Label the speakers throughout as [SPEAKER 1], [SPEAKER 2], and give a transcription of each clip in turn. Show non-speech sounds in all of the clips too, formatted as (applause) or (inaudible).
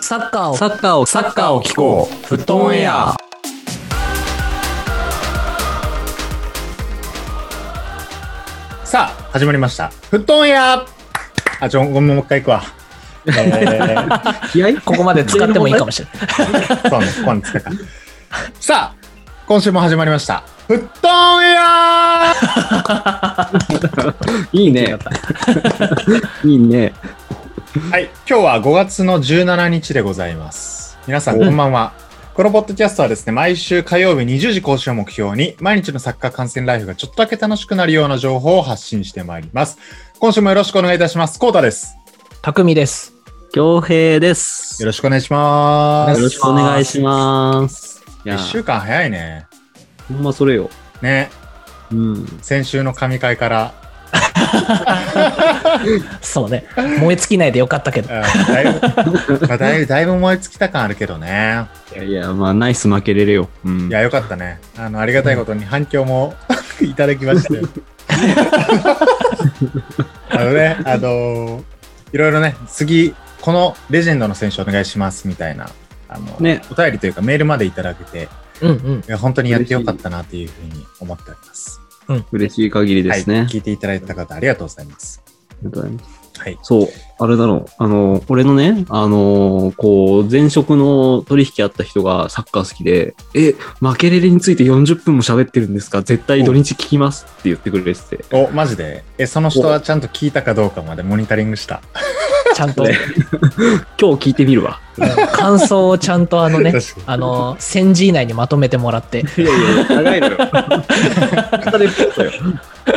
[SPEAKER 1] サッカーを、
[SPEAKER 2] サッカーを、サッカーを聞こう。フットオンエア。
[SPEAKER 3] さあ、始まりました。フットオンエアあ、ちょ、ごめん、もう一回行くわ。えー、
[SPEAKER 2] 気合い
[SPEAKER 1] ここまで使ってもいいかもしれない。
[SPEAKER 3] そうね、ここにつけた。さあ、今週も始まりました。フットオンエア
[SPEAKER 2] いいね。いいね。
[SPEAKER 3] はい、今日は5月の17日でございます。皆さん、こんばんは。このポッドキャストはですね、毎週火曜日20時更新を目標に、毎日のサッカー観戦ライフがちょっとだけ楽しくなるような情報を発信してまいります。今週もよろしくお願いいたします。コータです。
[SPEAKER 1] 匠です。
[SPEAKER 4] 恭平です。
[SPEAKER 3] よ
[SPEAKER 4] よ
[SPEAKER 3] ろしくお願いしま
[SPEAKER 1] ろ
[SPEAKER 4] ろ
[SPEAKER 3] す。
[SPEAKER 1] し
[SPEAKER 4] し
[SPEAKER 1] く
[SPEAKER 4] く
[SPEAKER 1] お
[SPEAKER 4] お
[SPEAKER 1] 願
[SPEAKER 4] 願
[SPEAKER 1] い
[SPEAKER 4] い
[SPEAKER 1] し
[SPEAKER 4] します。いや
[SPEAKER 3] 1、週間早いね。
[SPEAKER 4] ほんまそれよ。
[SPEAKER 3] ね、
[SPEAKER 4] うん。
[SPEAKER 3] 先週の神会から
[SPEAKER 1] そうね。燃え尽きないでよかったけど。
[SPEAKER 3] だいぶ、まあ、だいぶ、だいぶ燃え尽きた感あるけどね。
[SPEAKER 4] いやいや、まあ、ナイス負けれるよ。うん
[SPEAKER 3] い。や、よかったね。あの、ありがたいことに反響も (laughs) いただきまして。 (laughs) あのね、あのいろいろね、次、このレジェンドの選手お願いしますみたいな、あの、
[SPEAKER 4] ね
[SPEAKER 3] お便りというかメールまでいただけて、い
[SPEAKER 1] うんうん。
[SPEAKER 3] や本当にやってよかったなというふうに思っております。
[SPEAKER 4] 嬉しい限りですね。
[SPEAKER 3] はい。聞いていただいた方ありがとうございます。
[SPEAKER 4] ありがとうございます
[SPEAKER 3] はい。
[SPEAKER 4] そう、あれだろう。あの、俺のね、あの、こう、前職の取引あった人がサッカー好きで、え、負けれれについて40分も喋ってるんですか絶対土日聞きますって言ってくれてて。
[SPEAKER 3] お、マジでえ、その人はちゃんと聞いたかどうかまでモニタリングした。
[SPEAKER 1] ちゃんと、
[SPEAKER 4] 今日聞いてみるわ。
[SPEAKER 1] 感想をちゃんとあ
[SPEAKER 2] (laughs)
[SPEAKER 1] (laughs) のね
[SPEAKER 3] 確か、に
[SPEAKER 1] あの、1000字以内にまとめてもらって。
[SPEAKER 4] いやいや、長い (laughs) のよ。レポートよ。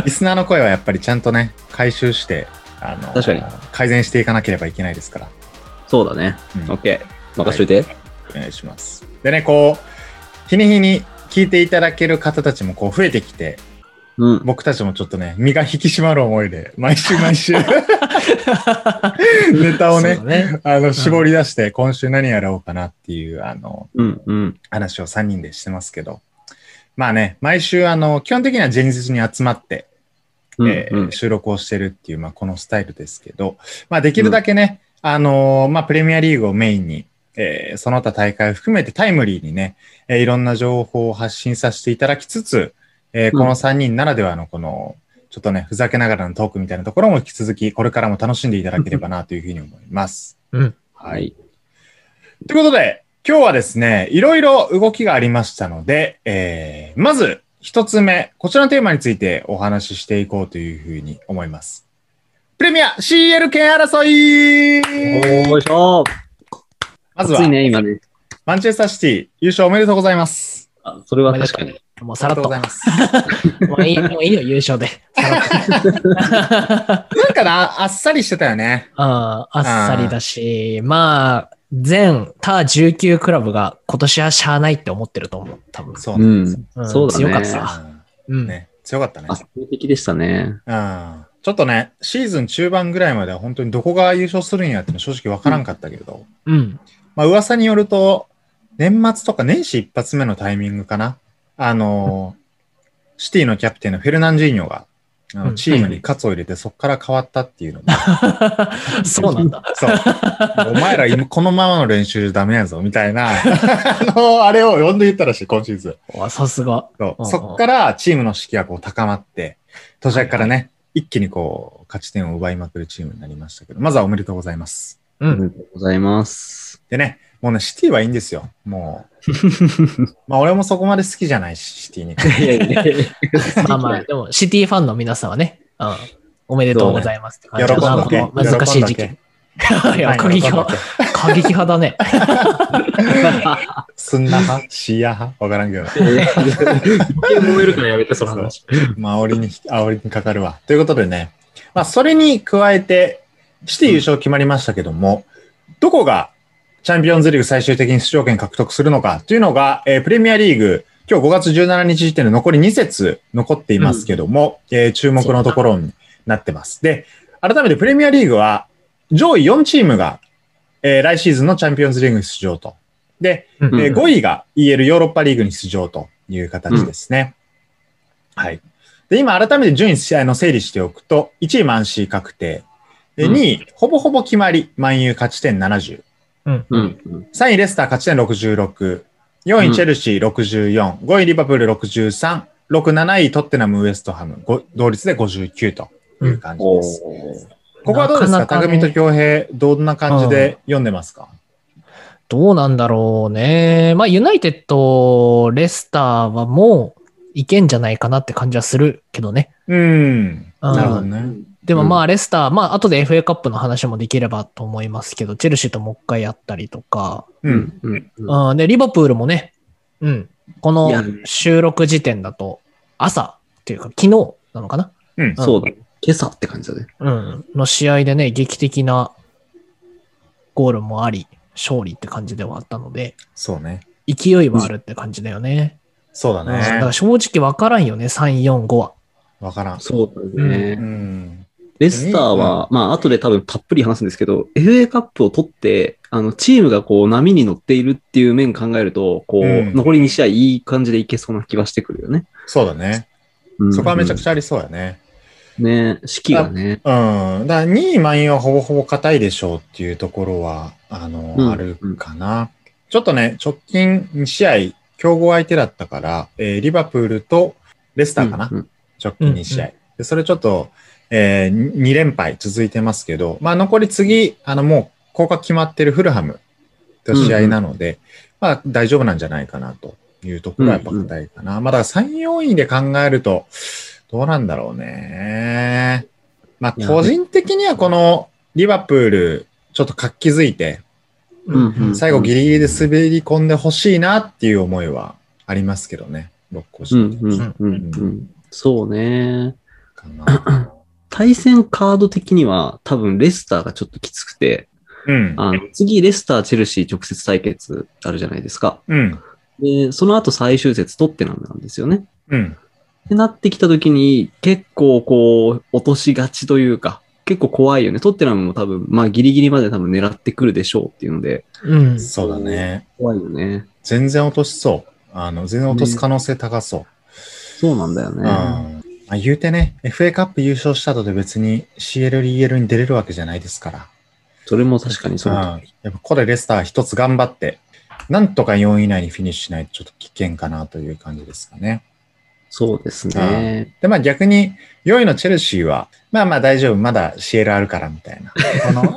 [SPEAKER 3] リスナーの声はやっぱりちゃんとね、回収して、あの、
[SPEAKER 4] 確かに
[SPEAKER 3] 改善していかなければいけないですから、
[SPEAKER 4] そうだね。
[SPEAKER 3] うん
[SPEAKER 4] オッケー。任しといて。
[SPEAKER 3] お願いします。でね、こう、日に日に聞いていただける方たちもこう増えてきて、
[SPEAKER 4] うん。
[SPEAKER 3] 僕たちもちょっとね、身が引き締まる思いで、毎週毎週、ネタをね
[SPEAKER 1] そう、だね。
[SPEAKER 3] あの、絞り出して、今週何やろうかなっていう、あの、
[SPEAKER 4] うん。うん。
[SPEAKER 3] 話を3人でしてますけど、まあね、毎週、あの、基本的には前日に集まって、えー
[SPEAKER 4] うんうん
[SPEAKER 3] 収録をしてるっていう、まあ、このスタイルですけど、まあ、できるだけね、あのーまあ、プレミアリーグをメインに、えーその他大会を含めてタイムリーにね、えーいろんな情報を発信させていただきつつ、えー
[SPEAKER 4] うん
[SPEAKER 3] この3人ならではのこの、ちょっとね、ふざけながらのトークみたいなところも引き続き、これからも楽しんでいただければなというふうに思います。
[SPEAKER 1] うん。
[SPEAKER 3] は。
[SPEAKER 4] はいい。
[SPEAKER 3] ということで、今日はですね、いろいろ動きがありましたので、えーまず一つ目、こちらのテーマについてお話ししていこうというふうに思います。プレミア CL 権争い
[SPEAKER 4] おいしょ
[SPEAKER 3] まず
[SPEAKER 4] 暑い
[SPEAKER 3] は、
[SPEAKER 4] ね、今ね。
[SPEAKER 3] マンチェスターシティ優勝おめでとうございます。
[SPEAKER 4] あそれは確かに。
[SPEAKER 1] もうさ
[SPEAKER 3] あり
[SPEAKER 1] ら
[SPEAKER 3] が
[SPEAKER 1] っ
[SPEAKER 3] とう
[SPEAKER 1] と。
[SPEAKER 3] ご
[SPEAKER 1] も
[SPEAKER 3] ざ
[SPEAKER 1] う
[SPEAKER 3] います。 (laughs)
[SPEAKER 1] いいもういいよ、優勝で。
[SPEAKER 2] (laughs)
[SPEAKER 3] なんかな、あっさりしてたよね。
[SPEAKER 1] ああ、あっさりだし、まあ、全他19クラブが今年はしゃあないって思ってると思う。多分。
[SPEAKER 3] そうう。
[SPEAKER 4] ん。
[SPEAKER 1] うん
[SPEAKER 4] そうだね
[SPEAKER 1] 強かっ
[SPEAKER 3] う
[SPEAKER 1] た。
[SPEAKER 3] ん
[SPEAKER 1] うん。
[SPEAKER 3] ね、強かったね。
[SPEAKER 4] 圧倒的でしたね。
[SPEAKER 3] うん。ちょっとね、シーズン中盤ぐらいまでは本当にどこが優勝するんやっての正直わからんかったけれど、
[SPEAKER 1] うん。
[SPEAKER 3] まあ、噂によると、年末とか年始一発目のタイミングかな。あのーシティのキャプテンのフェルナンジーニョが、あ
[SPEAKER 1] う
[SPEAKER 3] の
[SPEAKER 1] ん
[SPEAKER 3] チームに喝を入れてそこから変わったっ
[SPEAKER 1] (laughs)
[SPEAKER 3] ていうのが、
[SPEAKER 1] そうなんだ。
[SPEAKER 3] そう。お前ら今このままの練習ダメやぞ、みた
[SPEAKER 1] (laughs)
[SPEAKER 3] いな、あのーあれを呼んで言ったらしい、今シーズン。
[SPEAKER 1] うわさすが。う
[SPEAKER 3] そ
[SPEAKER 1] ん
[SPEAKER 3] う
[SPEAKER 1] うん
[SPEAKER 3] そっからチームの士気がこう高まって、途中からね、一気にこう、勝ち点を奪いまくるチームになりましたけど、まずはおめでとうございます。
[SPEAKER 1] う
[SPEAKER 4] あり
[SPEAKER 1] ん。
[SPEAKER 4] がとうございます。
[SPEAKER 3] でね、もうね、シティはいいんですよ。もう。まあ、俺もそこまで好きじゃないし、シティに。 (laughs)
[SPEAKER 4] いやいや
[SPEAKER 1] まあま
[SPEAKER 4] (laughs)
[SPEAKER 1] あ、でも、シティファンの皆さんはね、うん。おめでとうございますって感
[SPEAKER 3] 喜
[SPEAKER 1] じ
[SPEAKER 3] ん
[SPEAKER 1] だな
[SPEAKER 3] だ
[SPEAKER 1] こ
[SPEAKER 3] け
[SPEAKER 1] の。難しい時期。
[SPEAKER 3] 喜
[SPEAKER 1] (laughs) い
[SPEAKER 3] ん
[SPEAKER 1] や、
[SPEAKER 3] だ
[SPEAKER 1] 過
[SPEAKER 3] け
[SPEAKER 1] 激
[SPEAKER 3] 喜んだ
[SPEAKER 1] 派
[SPEAKER 3] け。
[SPEAKER 1] 過激派だね。
[SPEAKER 3] すんな派シーア派わからんけど。
[SPEAKER 4] 揉めるからやめて、その話。
[SPEAKER 3] (laughs) まあ、煽りに、煽りにかかるわ。ということでね。まあ、それに加えて、シティ優勝決まりましたけども、どこがチャンピオンズリーグ最終的に出場権獲得するのかというのが、えープレミアリーグ、今日5月17日時点で残り2節残っていますけども、えー注目のところになってます。で、改めてプレミアリーグは、上位4チームが、えー来シーズンのチャンピオンズリーグに出場と。で、
[SPEAKER 1] うん
[SPEAKER 3] (laughs) えー
[SPEAKER 4] うん
[SPEAKER 3] 5位が EL ヨーロッパリーグに出場という形ですね。はい。で、今改めて順位試合の整理しておくと、1位マンシー確定。で、
[SPEAKER 4] うん
[SPEAKER 3] 2位、ほぼほぼ決まり、万有勝ち点70。
[SPEAKER 1] うん。
[SPEAKER 4] うん。うん
[SPEAKER 3] 3位レスター勝ち点66、4
[SPEAKER 4] うん
[SPEAKER 3] 位チェルシー64、5位リバプール63、6、7位トッテナムウエストハム、ご同率で59という感じです。ここはどうですか
[SPEAKER 1] なかなかね
[SPEAKER 3] 匠と京平、どんな感じで読んでますか、
[SPEAKER 1] どうなんだろうね。まあ、ユナイテッド、レスターはもういけんじゃないかなって感じはするけどね。
[SPEAKER 3] うん。
[SPEAKER 1] うん
[SPEAKER 3] なるほどね。
[SPEAKER 1] でもまあ、レスター、まあ、後で FA カップの話もできればと思いますけど、チェルシーともう一回やったりとか、
[SPEAKER 3] う。
[SPEAKER 4] うんん。うん。うん
[SPEAKER 1] うん、で、リバプールもね、うん、この
[SPEAKER 4] いやね
[SPEAKER 1] 収録時点だと、朝っていうか、昨日なのかな
[SPEAKER 3] うん。
[SPEAKER 4] そうだね。今朝って感じだね。
[SPEAKER 1] うん、の試合でね、劇的なゴールもあり、勝利って感じではあったので、
[SPEAKER 3] そうね。
[SPEAKER 1] 勢いはあるって感じだよね。
[SPEAKER 3] そうだ
[SPEAKER 1] うんだから
[SPEAKER 3] ね。
[SPEAKER 1] 正直わからんよね、3、4、5は。
[SPEAKER 3] わからん。
[SPEAKER 4] そうだね。
[SPEAKER 3] うん。
[SPEAKER 4] レスターは、まあ、後で多分たっぷり話すんですけど、FA カップを取って、あの、チームがこう、波に乗っているっていう面考えると、こう、
[SPEAKER 3] うん
[SPEAKER 4] 残り2試合いい感じでいけそうな気はしてくるよね。
[SPEAKER 3] そうだね。
[SPEAKER 4] うん
[SPEAKER 3] そこはめちゃくちゃありそうやね。
[SPEAKER 4] ね、士気がね。
[SPEAKER 3] うん。だから2位満員はほぼほぼ硬いでしょうっていうところは、あの、
[SPEAKER 4] うん
[SPEAKER 3] あるかな。ちょっとね、直近2試合、競合相手だったから、えーリバプールとレスターかな。
[SPEAKER 4] うんうん
[SPEAKER 3] 直近2試合。でそれちょっと、え2連敗続いてますけど、まあ残り次、あのもう降格決まってるフルハムと試合なので、まあ大丈夫なんじゃないかなというところはやっぱ硬いかな。まあだから3、4位で考えると、どうなんだろうね。ま
[SPEAKER 4] い
[SPEAKER 3] あ
[SPEAKER 4] や
[SPEAKER 3] 個人的にはこのリバプール、ちょっと活気づいて、
[SPEAKER 4] うんうん
[SPEAKER 3] 最後ギリギリで滑り込んでほしいなっていう思いはありますけどね。六個
[SPEAKER 4] うん
[SPEAKER 3] 人
[SPEAKER 4] うんうんうんうん。そうね。
[SPEAKER 3] かな。
[SPEAKER 4] 対戦カード的には、多分レスターがちょっときつくて、
[SPEAKER 3] うん。
[SPEAKER 4] あの、次レスター、チェルシー直接対決あるじゃないですか。
[SPEAKER 3] うん。
[SPEAKER 4] で、その後最終節取ってなんなんですよね。
[SPEAKER 3] うん。
[SPEAKER 4] ってなってきた時に、結構こう、落としがちというか、結構怖いよね。トッテナムも多分、まあギリギリまで多分狙ってくるでしょうっていうので、
[SPEAKER 1] うん。
[SPEAKER 3] そうだね。
[SPEAKER 4] 怖いよね。
[SPEAKER 3] 全然落としそう。あの、全然落とす可能性高そう。
[SPEAKER 4] そうなんだよ
[SPEAKER 3] うん。
[SPEAKER 4] ね。
[SPEAKER 3] まあ、言うてね、FA カップ優勝した後で別に CL、EL に出れるわけじゃないですから。。
[SPEAKER 4] それも確かにそううんだ。
[SPEAKER 3] やっぱここでレスター一つ頑張って、なんとか4位以内にフィニッシュしないとちょっと危険かなという感じですかね。
[SPEAKER 4] そうですね。
[SPEAKER 3] で、まあ逆に、4位のチェルシーは、まあまあ大丈夫、まだ CL あるからみたいな。この、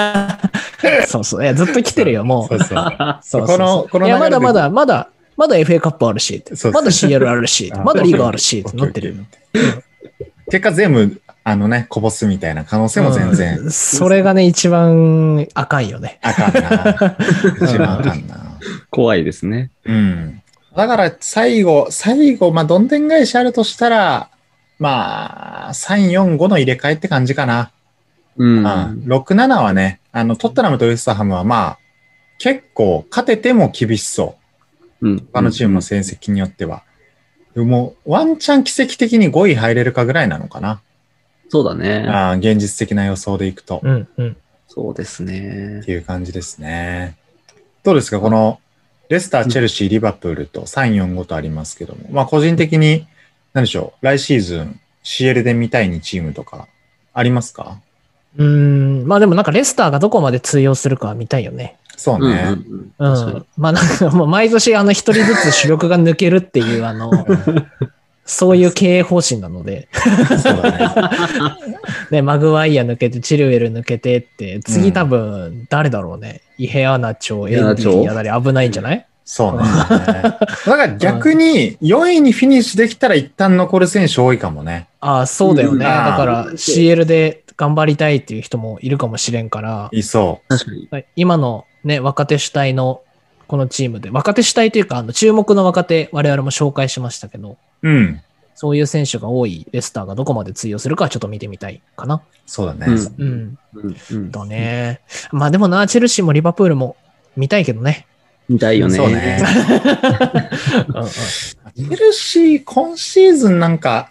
[SPEAKER 1] (laughs) そうそう。いや、ずっと来てるよ、も。
[SPEAKER 3] (laughs) (laughs) そううそう。
[SPEAKER 1] そうそう
[SPEAKER 3] このこの
[SPEAKER 1] いや、ま
[SPEAKER 3] 流れで
[SPEAKER 1] だまだ、まだ、まだ FA カップあるし
[SPEAKER 3] そうそ、う
[SPEAKER 1] まだ CL あるし、
[SPEAKER 3] あ
[SPEAKER 1] まだリーグあるし、
[SPEAKER 3] オッ
[SPEAKER 1] って
[SPEAKER 3] ケー
[SPEAKER 1] なってるよ。
[SPEAKER 3] オッケー結果全部、あのね、こぼすみたいな可能性も全然
[SPEAKER 1] うんそれがね、一番あかんよね。
[SPEAKER 3] あかんな。一番あかんな。
[SPEAKER 4] 怖いですね。
[SPEAKER 3] うん。だから最後、最後、まあどんでん返しあるとしたら、まあ、3、4、5の入れ替えって感じかな。
[SPEAKER 4] うん。
[SPEAKER 3] うん、6、7はね、あの、トッテナムとウエストハムはまあ、結構勝てても厳しそう。
[SPEAKER 4] うん。
[SPEAKER 3] 他のチームの成績によっては。でもう、ワンチャン奇跡的に5位入れるかぐらいなのかな。
[SPEAKER 4] そうだね。
[SPEAKER 3] あー現実的な予想でいくと。っ
[SPEAKER 1] うん、うん。
[SPEAKER 4] そうですね。
[SPEAKER 3] ていう感じですね。どうですかこの、レスター、チェルシー、リバプールと3、4、5とありますけども。まあ、個人的に、何でしょう。来シーズン、CL で見たい2チームとか、ありますか
[SPEAKER 1] うん、まあでもなんかレスターがどこまで通用するかは見たいよね。
[SPEAKER 3] そう
[SPEAKER 4] うんうん
[SPEAKER 3] ね。
[SPEAKER 4] うん
[SPEAKER 1] う
[SPEAKER 4] 確かに
[SPEAKER 1] ん。まあなんかもう毎年あの一人ずつ主力が抜けるっていう、あの、そういう経営方針なので、
[SPEAKER 3] そうだね。
[SPEAKER 1] ね、マグワイア抜けて、チルウェル抜けてって、次多分誰だろうね。イヘアナチョ、エンデ
[SPEAKER 4] ナチョ
[SPEAKER 1] ィやなり危ないんじゃない
[SPEAKER 3] そうね。
[SPEAKER 4] (laughs)
[SPEAKER 3] だから逆に、4位にフィニッシュできたら一旦残る選手多いかもね。
[SPEAKER 1] ああ、そうだよね。
[SPEAKER 3] うん
[SPEAKER 1] だから CL で頑張りたいっていう人もいるかもしれんから、
[SPEAKER 3] いそう。
[SPEAKER 4] 確かに。
[SPEAKER 1] 今のね、若手主体のこのチームで、若手主体というか、あの注目の若手、我々も紹介しましたけど、
[SPEAKER 3] うん。
[SPEAKER 1] そういう選手が多いレスターがどこまで通用するかはちょっと見てみたいかな。
[SPEAKER 3] そうだ
[SPEAKER 1] う。
[SPEAKER 3] ね。
[SPEAKER 4] うんうんうん
[SPEAKER 1] だね。まあでもな、チェルシーもリバプールも見たいけどね。
[SPEAKER 4] 見たいよね。
[SPEAKER 3] そうね。
[SPEAKER 1] うんうん
[SPEAKER 3] チェルシー、今シーズンなんか、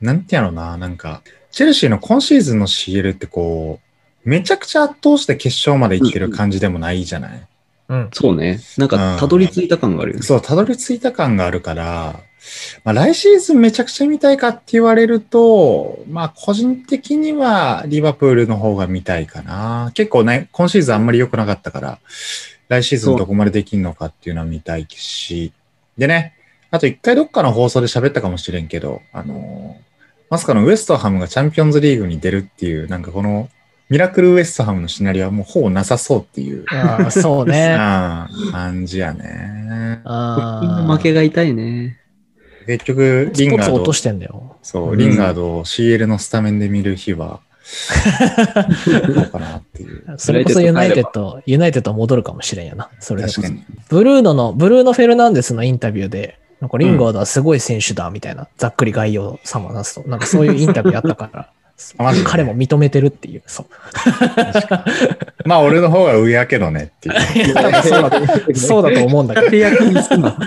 [SPEAKER 3] なんてやろうな、なんか、チェルシーの今シーズンの CL ってこう、めちゃくちゃ圧倒して決勝までいってる感じでもないじゃない、
[SPEAKER 1] うん。
[SPEAKER 4] そうね。なんか、たどり着いた感があるよね。
[SPEAKER 3] そう、たどり着いた感があるから、まあ、来シーズンめちゃくちゃ見たいかって言われると、まあ個人的にはリバプールの方が見たいかな。結構ね、今シーズンあんまり良くなかったから、来シーズンどこまでできるのかっていうのは見たいし、でね、あと一回どっかの放送で喋ったかもしれんけど、あのーまさかのウエストハムがチャンピオンズリーグに出るっていう、なんかこのミラクルウエストハムのシナリオはもうほぼなさそうっていう、
[SPEAKER 1] あーそう (laughs) ね。
[SPEAKER 3] あー感じやね。
[SPEAKER 4] みん
[SPEAKER 1] あ
[SPEAKER 4] な
[SPEAKER 1] ー
[SPEAKER 4] 負けが痛いね。
[SPEAKER 3] 結局、リ
[SPEAKER 1] ス
[SPEAKER 3] ン
[SPEAKER 1] ポ
[SPEAKER 3] ガ
[SPEAKER 1] ーツ
[SPEAKER 3] ー
[SPEAKER 1] 落
[SPEAKER 3] ド
[SPEAKER 1] としてんだよ。
[SPEAKER 3] そうう、
[SPEAKER 4] ん
[SPEAKER 3] リンガードを CL のスタメンで見る日は、どうかなっていう。
[SPEAKER 1] それこそユナイテッド、ユナイテッド戻るかもしれんやな。それで
[SPEAKER 3] 確かに。
[SPEAKER 1] ブルーノの、ブルーノ・フェルナンデスのインタビューで、なんかリンガードはすごい選手だ、みたいな、ざっくり概要をさまなすと、なんかそういうインタビューあったから、
[SPEAKER 3] あマジで
[SPEAKER 1] 彼も認めてるっていう、そう。
[SPEAKER 3] まあ、俺の方が上やけどね
[SPEAKER 1] (laughs)
[SPEAKER 3] ってい
[SPEAKER 1] い
[SPEAKER 3] う。
[SPEAKER 1] や多分そうだ
[SPEAKER 4] (laughs)
[SPEAKER 1] と、そうだと思うんだけ
[SPEAKER 4] 契約にすんな。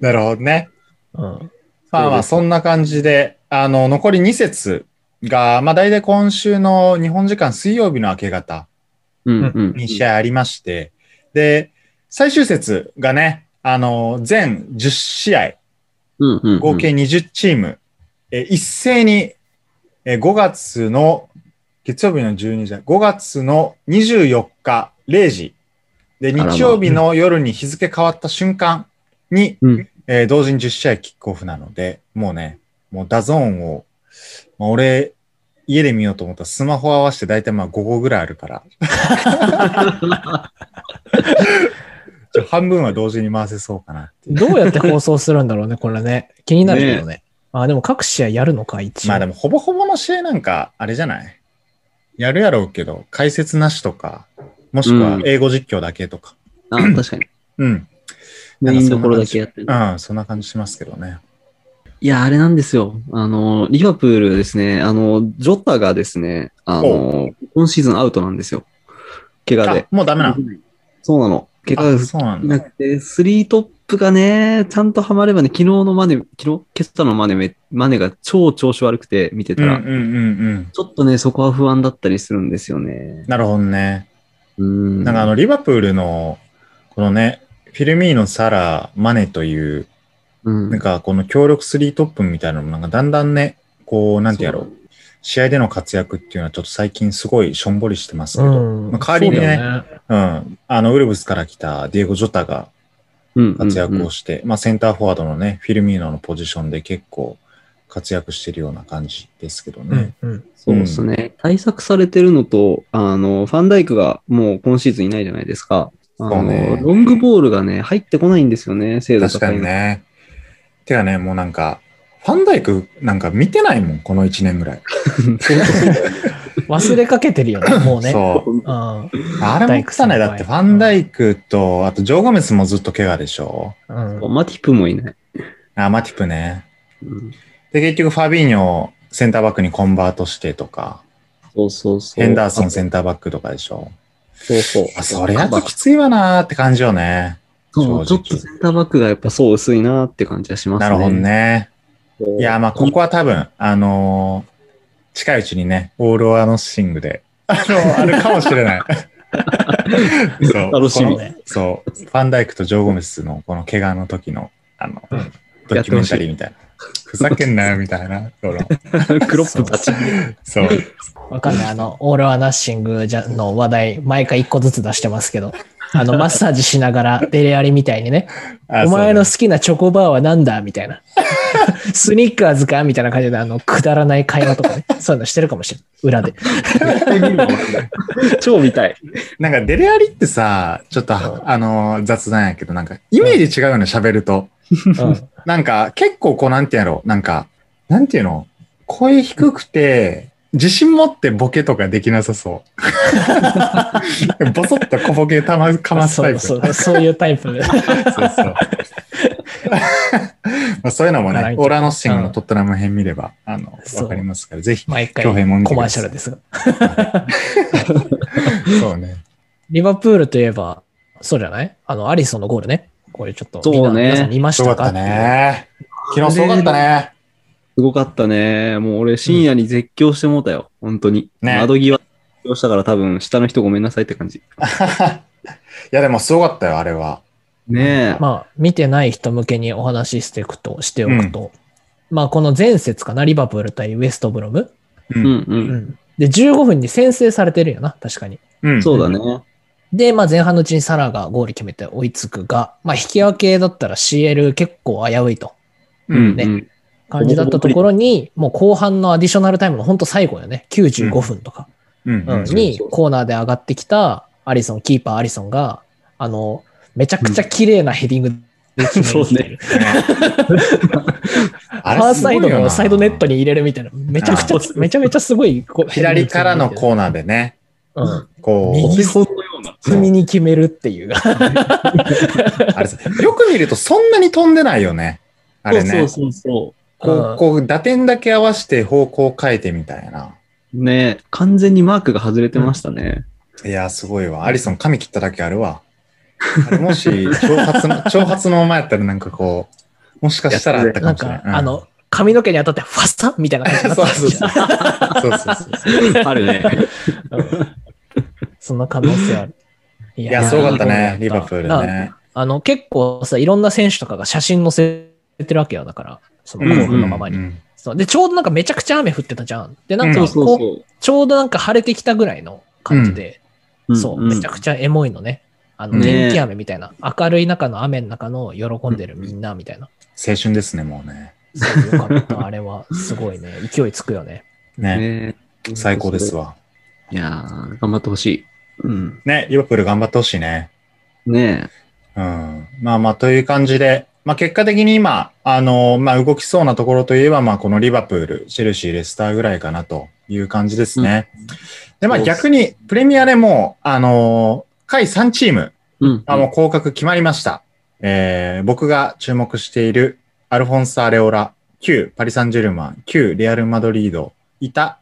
[SPEAKER 3] なるほどね。
[SPEAKER 1] ど。うん。
[SPEAKER 3] まあまあ、そんな感じで、あの、残り2節が、まあ、大体今週の日本時間水曜日の明け方
[SPEAKER 4] うんうん。
[SPEAKER 3] に試合ありまして、で、最終節がね、あの、全10試合、
[SPEAKER 4] うんうんうん
[SPEAKER 3] 合計20チーム、えー一斉に、えー5月の月曜日の12時、5月の24日0時、で、
[SPEAKER 4] らまあ
[SPEAKER 3] 日曜日の夜に日付変わった瞬間に、
[SPEAKER 4] うん
[SPEAKER 3] えー同時に10試合キックオフなので、もうね、もうダゾーンを、まあ、俺、家で見ようと思ったらスマホ合わせて大体まあ5個ぐらいある
[SPEAKER 4] (laughs)
[SPEAKER 3] から。 (laughs) ちょ半分は同時に回せそうかなっていう。
[SPEAKER 1] どうやって放送するんだろうね、これね。気になるけどね。あ、でも各試合やるのか、一応。
[SPEAKER 3] まあでも、ほぼほぼの試合なんか、あれじゃないやるやろうけど、解説なしとか、もしくは
[SPEAKER 4] うん
[SPEAKER 3] 英語実況だけとか。
[SPEAKER 4] あ、確かに。
[SPEAKER 3] うん。
[SPEAKER 4] メインどころだけやってる。
[SPEAKER 3] うん、そんな感じしますけどね。
[SPEAKER 4] いや、あれなんですよ。あの、リバプールですね、あの、ジョタがですね、あの、今シーズンアウトなんですよ。怪我
[SPEAKER 3] あ
[SPEAKER 4] で、。
[SPEAKER 3] もうダメな
[SPEAKER 4] そうなの。怪我
[SPEAKER 3] の
[SPEAKER 4] が
[SPEAKER 3] あ、そうなん
[SPEAKER 4] な
[SPEAKER 3] だ。
[SPEAKER 4] くて、スリートップがね、ちゃんとはまればね、昨日のマネ、昨日、今朝のマネめ、マネが超調子悪くて見て
[SPEAKER 3] う
[SPEAKER 4] た
[SPEAKER 3] んう
[SPEAKER 4] ら、
[SPEAKER 3] んうんうん。
[SPEAKER 4] ちょっとね、そこは不安だったりするんですよね。
[SPEAKER 3] なるほどね。
[SPEAKER 4] うん。
[SPEAKER 3] なんかあの、リバプールの、このね、フィルミーノ、サラ、マネという、
[SPEAKER 4] うん、
[SPEAKER 3] なんかこの協力スリートップみたいなのも、なんかだんだんね、こう、なんてやろう、試合での活躍っていうのはちょっと最近すごいしょんぼりしてますけ
[SPEAKER 1] う
[SPEAKER 3] ど、
[SPEAKER 1] ん。
[SPEAKER 3] まあ代わりに
[SPEAKER 1] そ
[SPEAKER 3] ね
[SPEAKER 1] うだよ
[SPEAKER 3] うん。あの、ウルブスから来たディエゴ・ジョタが
[SPEAKER 4] うん、
[SPEAKER 3] 活躍を
[SPEAKER 4] し
[SPEAKER 3] して、まあ、センターフォワードのね、フィルミーノのポジションで結構活躍してるような感じですけどね
[SPEAKER 1] ね。。うん。うん。
[SPEAKER 4] そうですね。対策されてるのと、あの、ファンダイクがもう今シーズンいないじゃないですか。
[SPEAKER 3] そ
[SPEAKER 4] あの、
[SPEAKER 3] うね
[SPEAKER 4] ロングボールがね、入ってこないんですよね、精度
[SPEAKER 3] 確
[SPEAKER 4] 高
[SPEAKER 3] か
[SPEAKER 4] い
[SPEAKER 3] に
[SPEAKER 4] の。
[SPEAKER 3] ね。てかね、もうなんか、ファンダイクなんか見てないもん、この1年ぐらい。
[SPEAKER 1] 忘れかけてるよね、もうね。
[SPEAKER 3] そう。
[SPEAKER 1] うん。
[SPEAKER 3] あれもったね。だって、ファンダイクと、あと、ジョー・ゴメスもずっと怪我でしょ。
[SPEAKER 1] うん。
[SPEAKER 4] マティプもいない。
[SPEAKER 3] あ、マティプね。
[SPEAKER 4] うん
[SPEAKER 3] で、結局、ファビーニョ、センターバックにコンバートしてとか、
[SPEAKER 4] そうそうそう。
[SPEAKER 3] ヘンダーソンセ
[SPEAKER 4] ん。
[SPEAKER 3] ンターバックとかでしょ。
[SPEAKER 4] そうそう。
[SPEAKER 3] あ、それやときついわなーって感じよね。
[SPEAKER 4] そう、
[SPEAKER 3] 正
[SPEAKER 4] ちょ
[SPEAKER 3] 直
[SPEAKER 4] っとセンターバックがやっぱそう薄いなって感じはしますね。
[SPEAKER 3] なるほどね。
[SPEAKER 4] そう。
[SPEAKER 3] いや、まあ、ここは多分、あのー近いうちにね、オールオアノッシングで、 (laughs) あの、あるかもしれない。
[SPEAKER 4] (laughs)
[SPEAKER 3] そう
[SPEAKER 4] 楽しみ
[SPEAKER 3] このそう。ファンダイクとジョー・ゴメスのこの怪我の時の、あの
[SPEAKER 1] うん、
[SPEAKER 3] ドキュメンタリーみたいな。ふざけんなよ、みたいな。その
[SPEAKER 4] クロップたち。 (laughs)
[SPEAKER 3] そう。
[SPEAKER 1] わかんない。あの、オール・ア・ナッシングじゃの話題、毎回一個ずつ出してますけど、あ
[SPEAKER 3] (laughs)
[SPEAKER 1] の、マッサージしながら、デレアリみたいにね、
[SPEAKER 3] あ
[SPEAKER 1] お前の
[SPEAKER 3] そ
[SPEAKER 1] 好きなチョコバーはなんだみたいな。 (laughs) スニッカーズかみたいな感じで、あの、くだらない会話とか
[SPEAKER 3] (laughs)
[SPEAKER 1] ね、そういうのしてるかもしれない。裏で。
[SPEAKER 4] 超見たい。
[SPEAKER 3] うなんか、デレアリってさ、ちょっと、あのー雑談やけど、なんか、イメージ違うよね、喋ると。
[SPEAKER 1] うん。
[SPEAKER 3] (laughs) なんか、結構こう、なんてやろう、なんか、なんていうの声低くて、自信持ってボケとかできなさそう。ボソッと小ボケたまかますタイプ。
[SPEAKER 1] そ
[SPEAKER 3] そうう
[SPEAKER 1] そうそういうタイプ。
[SPEAKER 3] (laughs) そうまあそういうのも
[SPEAKER 1] ならん
[SPEAKER 3] ね
[SPEAKER 1] け、ど
[SPEAKER 3] オーラノッシングのトットナム編見れば、あの、
[SPEAKER 1] そう
[SPEAKER 3] わかりますから、ぜひ、
[SPEAKER 1] 毎回
[SPEAKER 3] 恭平も見
[SPEAKER 1] コ
[SPEAKER 3] てく
[SPEAKER 1] マー
[SPEAKER 3] だ
[SPEAKER 1] シ
[SPEAKER 3] さ
[SPEAKER 1] ャ
[SPEAKER 3] い
[SPEAKER 1] ルですが。
[SPEAKER 3] そうね。
[SPEAKER 1] リバプールといえば、そうじゃないあの、アリソンのゴールね。これちょっとみんな、
[SPEAKER 4] そうね
[SPEAKER 1] 皆さん見まし
[SPEAKER 3] すご
[SPEAKER 1] た
[SPEAKER 3] かっ
[SPEAKER 1] か
[SPEAKER 3] たね。昨日すごかったね。
[SPEAKER 4] すごかったね。もう俺深夜に絶叫してもうたよ。本当に。
[SPEAKER 3] ね
[SPEAKER 4] 窓際絶叫したから多分下の人ごめんなさいって感じ。
[SPEAKER 3] いや、でもすごかったよ、あれは。
[SPEAKER 4] ねえ。
[SPEAKER 1] まあ、見てない人向けにお話ししていくと、しておくと、まあ、この前節かな、リバプール対ウエストブロム。
[SPEAKER 3] う
[SPEAKER 4] うん
[SPEAKER 3] ん。
[SPEAKER 4] うん。
[SPEAKER 1] で、15分に先制されてるよな、確かに。
[SPEAKER 3] うん。
[SPEAKER 4] そうだね。
[SPEAKER 1] で、まあ、前半のうちにサラがゴール決めて追いつくが、まあ、引き分けだったら CL 結構危ういと
[SPEAKER 3] う
[SPEAKER 4] うん
[SPEAKER 3] ん。
[SPEAKER 4] うん。
[SPEAKER 1] 感じだったところに、もう後半のアディショナルタイムのほんと最後よね、95分とか
[SPEAKER 3] うん。 (laughs)
[SPEAKER 1] うん
[SPEAKER 4] そう
[SPEAKER 1] に
[SPEAKER 4] そう
[SPEAKER 1] コーナーで上がってきたアリソン、キーパーアリソンが、あの、めちゃくちゃ綺麗なヘディングで決めるってい
[SPEAKER 4] (laughs) そうね
[SPEAKER 3] あれ
[SPEAKER 1] ファー
[SPEAKER 3] す
[SPEAKER 1] サ
[SPEAKER 3] ごい
[SPEAKER 1] イ
[SPEAKER 3] よな
[SPEAKER 1] ドのサイドネットに入れるみたいな、めちゃくちゃ、めちゃめちゃすごいこう。
[SPEAKER 3] 左からのコーナーでね、
[SPEAKER 1] うん。
[SPEAKER 3] こ
[SPEAKER 1] 右
[SPEAKER 3] う、
[SPEAKER 4] 基本のような。
[SPEAKER 1] 組に決めるっていう。
[SPEAKER 3] あれさよく見るとそんなに飛んでないよね。あれ
[SPEAKER 4] そ
[SPEAKER 3] ね
[SPEAKER 4] う。そうそ
[SPEAKER 1] う
[SPEAKER 3] こ
[SPEAKER 1] ん
[SPEAKER 3] う、こう、打点だけ合わせて方向を変えてみたいな。
[SPEAKER 4] う。ねえ完全にマークが外れてましたね。
[SPEAKER 3] いや、すごいわ。アリソン、髪切っただけあるわ。あれもし、挑発の、挑発の前やったらなんかこう、もしかしたらあったか
[SPEAKER 1] なん
[SPEAKER 3] もしれない。
[SPEAKER 1] か、あの、髪の毛に当たってファッサみたいな感じ
[SPEAKER 3] う
[SPEAKER 1] に
[SPEAKER 3] ん、
[SPEAKER 1] なっ
[SPEAKER 3] (laughs) そ
[SPEAKER 1] た (laughs)
[SPEAKER 3] うそうそう。そうそうそう。
[SPEAKER 4] あるね。
[SPEAKER 1] その可能性ある。い
[SPEAKER 3] いや、すごかったね、
[SPEAKER 1] いい
[SPEAKER 3] リ
[SPEAKER 1] ゴールだっ
[SPEAKER 3] バ
[SPEAKER 1] た
[SPEAKER 3] プール
[SPEAKER 1] だから
[SPEAKER 3] ね。
[SPEAKER 1] あの、結構さ、いろんな選手とかが写真載せてるわけよ、だから、その興奮のままに、
[SPEAKER 3] うん
[SPEAKER 1] そう。で、ちょうどなんかめちゃくちゃ雨降ってたじゃん。で、なんか
[SPEAKER 4] (laughs) そ
[SPEAKER 1] こ
[SPEAKER 4] う
[SPEAKER 1] う、
[SPEAKER 4] そうそ
[SPEAKER 1] ちょうどなんか晴れてきたぐらいの感じで、
[SPEAKER 4] う。
[SPEAKER 1] そう、めちゃくちゃエモいのね。あの、
[SPEAKER 4] ね
[SPEAKER 1] 天気雨みたいな、明るい中の雨の中の喜んでるみんなみたいな。
[SPEAKER 3] 青春ですね、もうね。
[SPEAKER 1] そうよかった、あれは。すごいね。勢いつくよね。
[SPEAKER 4] ゃ
[SPEAKER 3] ね、
[SPEAKER 4] ねえ
[SPEAKER 3] 最高です。わ。
[SPEAKER 4] いやー頑張ってほしい。うん。
[SPEAKER 3] ね、リバプール頑張ってほしいね。
[SPEAKER 4] ね
[SPEAKER 3] うん。まあまあ、という感じで、まあ結果的に今、あのまあ動きそうなところといえば、まあこのリバプール、チェルシー、レスターぐらいかなという感じですね。で、まあ
[SPEAKER 4] そうです
[SPEAKER 3] 逆に、プレミアでもう、あの下位3チーム、
[SPEAKER 4] え。うん。
[SPEAKER 3] あもう降格決まりました。えー僕が注目しているアルフォンサ・レオラ、旧パリ・サンジェルマン、旧レアル・マドリード、いた、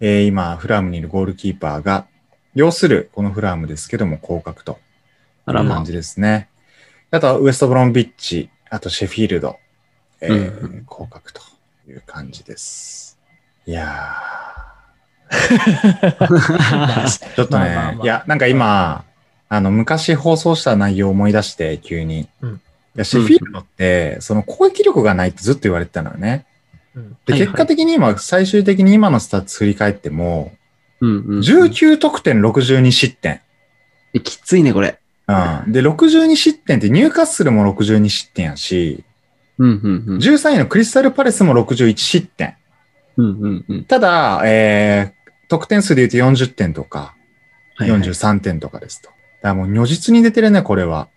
[SPEAKER 3] えー今、フラームにいるゴールキーパーが、要するこのフラームですけども降格と
[SPEAKER 4] あ
[SPEAKER 3] い
[SPEAKER 4] ら
[SPEAKER 3] う
[SPEAKER 4] まあ
[SPEAKER 3] 感。じですね。あとはウエストブロンビッチ、あとシェフィールド、えー
[SPEAKER 4] う
[SPEAKER 3] 降格という感じです。いやー、ちょっとね、
[SPEAKER 1] まあまあまあ
[SPEAKER 3] いや、なんか今、あの、昔放送した内容を思い出して、急に。
[SPEAKER 1] うん
[SPEAKER 3] いやシェフィールドって、その攻撃力がないってずっと言われてたのよね。
[SPEAKER 1] うん。
[SPEAKER 3] で、
[SPEAKER 4] はいはい
[SPEAKER 3] 結果的に今、最終的に今のスタッツ振り返っても、
[SPEAKER 4] うんうん。
[SPEAKER 3] 19得点62失点。
[SPEAKER 4] えきついね、これ。
[SPEAKER 3] うん。で、62失点ってニューカッスルも62失点やし、
[SPEAKER 4] うんうんうん。
[SPEAKER 3] 13位のクリスタルパレスも61失点。
[SPEAKER 4] うんうんうん。
[SPEAKER 3] ただ、えー、得点数で言うと40点とか、
[SPEAKER 4] はいはい
[SPEAKER 3] 43点とかですと。だからもう如実に出てるね、これは。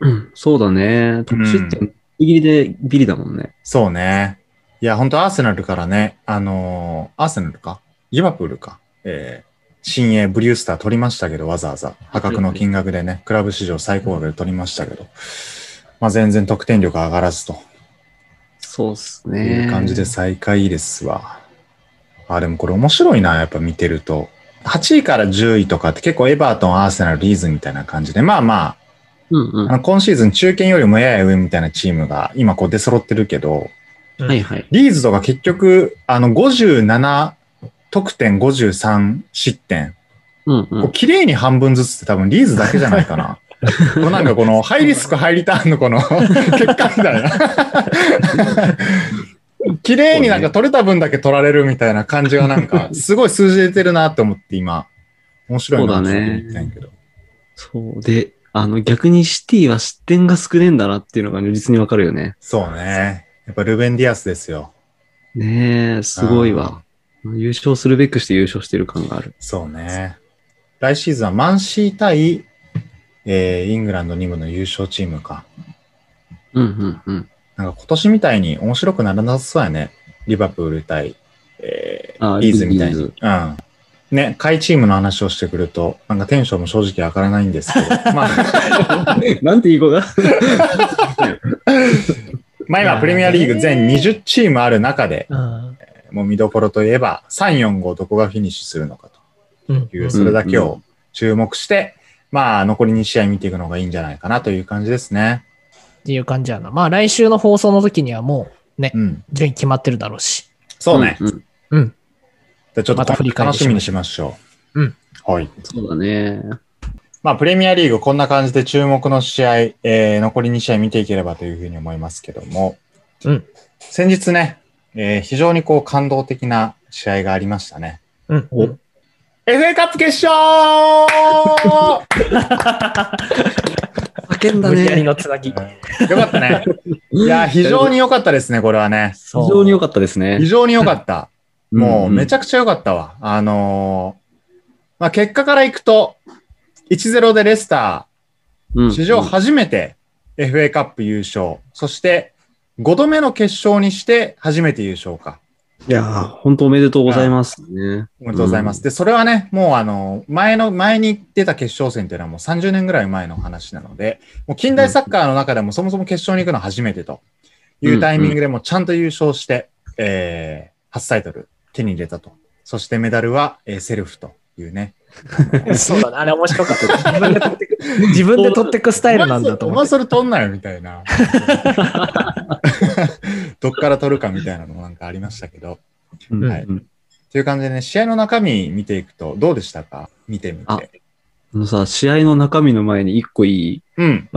[SPEAKER 4] うんそうだね。特殊点、ギリギリでビリだもんね。
[SPEAKER 3] そうね。いや、本当アーセナルからね、あのーアーセナルかリバプールか。えー新鋭ブリュースター取りましたけど、わざわざ破格の金額でね、クラブ史上最高額で取りましたけど、まあ、全然得点力上がらずと
[SPEAKER 4] そうっす
[SPEAKER 3] い
[SPEAKER 4] ね。
[SPEAKER 3] う感じで。最下位ですわ。あ、でもこれ面白いな、やっぱ見てると。8位から10位とかって結構エバートン、アーセナル、リーズみたいな感じで、まあまあ、
[SPEAKER 4] うんうん。
[SPEAKER 3] あ
[SPEAKER 4] は
[SPEAKER 3] の今シーズン中堅よりもやや上みたいなチームが今こう出揃ってるけど、
[SPEAKER 4] いはい。
[SPEAKER 3] リーズとか結局、あの57得点53失点、
[SPEAKER 4] うんう。
[SPEAKER 3] こうん綺麗に半分ずつって多分リーズだけじゃないか
[SPEAKER 4] (laughs)
[SPEAKER 3] な。こうなんかこのハイリスクハイリターンのこの結果みたいな。綺麗になんか取れた分だけ取られるみたいな感じがなんか、すごい数字出てるなって思って今、面白いなって思ってんけど。
[SPEAKER 4] そう。で、あの、逆にシティは失点が少ねえんだなっていうのが如実にわかるよね。
[SPEAKER 3] そうね。やっぱルベン・ディアスですよ。
[SPEAKER 4] ねえ、すごいわ。優勝するべくして優勝してる感がある。
[SPEAKER 3] そうね。来シーズンはマンシー対、えーイングランド2部の優勝チームか。
[SPEAKER 4] うんうんうん。
[SPEAKER 3] なんか今年みたいに面白くならなさそうやね。リバプール対、え
[SPEAKER 4] あ
[SPEAKER 3] ー、リーズみたい
[SPEAKER 4] リー
[SPEAKER 3] に
[SPEAKER 4] ズ。
[SPEAKER 3] うん。ね、下位チームの話をしてくると、なんかテンションも正直上がらないんです
[SPEAKER 1] (laughs)
[SPEAKER 3] けど。まあ、 (laughs)
[SPEAKER 4] なんていい子だ。
[SPEAKER 3] まあ今プレミアリーグ全20チームある中で、
[SPEAKER 1] うん。
[SPEAKER 3] もう見どころといえば、3、4、5どこがフィニッシュするのか
[SPEAKER 1] うん
[SPEAKER 3] という、それだけを注目して、まあ残り2試合見ていくのがいいんじゃないかなという感じですね。
[SPEAKER 1] っていう感じやな。まあ来週の放送の時にはもうね
[SPEAKER 3] う、ん。
[SPEAKER 1] 順位決まってるだろうし。
[SPEAKER 3] そうね。
[SPEAKER 4] んん。
[SPEAKER 1] うん。
[SPEAKER 3] じゃあちょっ
[SPEAKER 1] また振り
[SPEAKER 3] と
[SPEAKER 1] 返り
[SPEAKER 3] 楽しみにしましょう。
[SPEAKER 1] うん。
[SPEAKER 3] はい。
[SPEAKER 4] そうだね。
[SPEAKER 3] まあ、プレミアリーグ、こんな感じで注目の試合、えー残り2試合見ていければというふうに思いますけども、
[SPEAKER 1] うん
[SPEAKER 3] 先日ね、えー非常にこう感動的な試合がありましたね。
[SPEAKER 1] うん。
[SPEAKER 4] お
[SPEAKER 3] FA カップ決勝
[SPEAKER 4] 叫んだ
[SPEAKER 1] 無理やり
[SPEAKER 4] (laughs) ね。
[SPEAKER 1] のつなぎ。
[SPEAKER 3] (laughs) よかったね。いや、非常に良かったですね、これはね。
[SPEAKER 1] 非
[SPEAKER 4] 非常に良
[SPEAKER 1] か
[SPEAKER 4] かったですね
[SPEAKER 3] 非。常に良かった。もうめち
[SPEAKER 4] ゃ
[SPEAKER 3] ゃくちゃ良かったわ。あのーまあ、結果からいくと、1-0でレスター、史上初めて FA カップ優勝、そして5度目の決勝にして初めて優勝か。
[SPEAKER 4] いやー、本当おめでとうございますね。
[SPEAKER 3] おめでとうございます。
[SPEAKER 4] うん
[SPEAKER 3] で、それはね、もうあの、前の、前に出た決勝戦というのはもう30年ぐらい前の話なので、もう近代サッカーの中でもそもそも決勝に行くのは初めてというタイミングでもうちゃんと優勝して、えー、初タイトル手に入れたと。そしてメダルは、えーセルフというね。
[SPEAKER 1] った。そうだね。あれ面白かった。自分で取ってく、自分で取ってくスタイルなんだと
[SPEAKER 3] お
[SPEAKER 1] 思っ
[SPEAKER 3] 前
[SPEAKER 1] て。
[SPEAKER 3] それ取んなよみた
[SPEAKER 1] (laughs)
[SPEAKER 3] いな。どっから取るかみたいなのもなんかありましたけど。
[SPEAKER 4] うん
[SPEAKER 3] はいという感じでね、試合の中身見ていくとどうでしたか見てみ
[SPEAKER 4] あ
[SPEAKER 3] て。
[SPEAKER 4] あのさ、試合の中身の前に一個いい。
[SPEAKER 3] うん。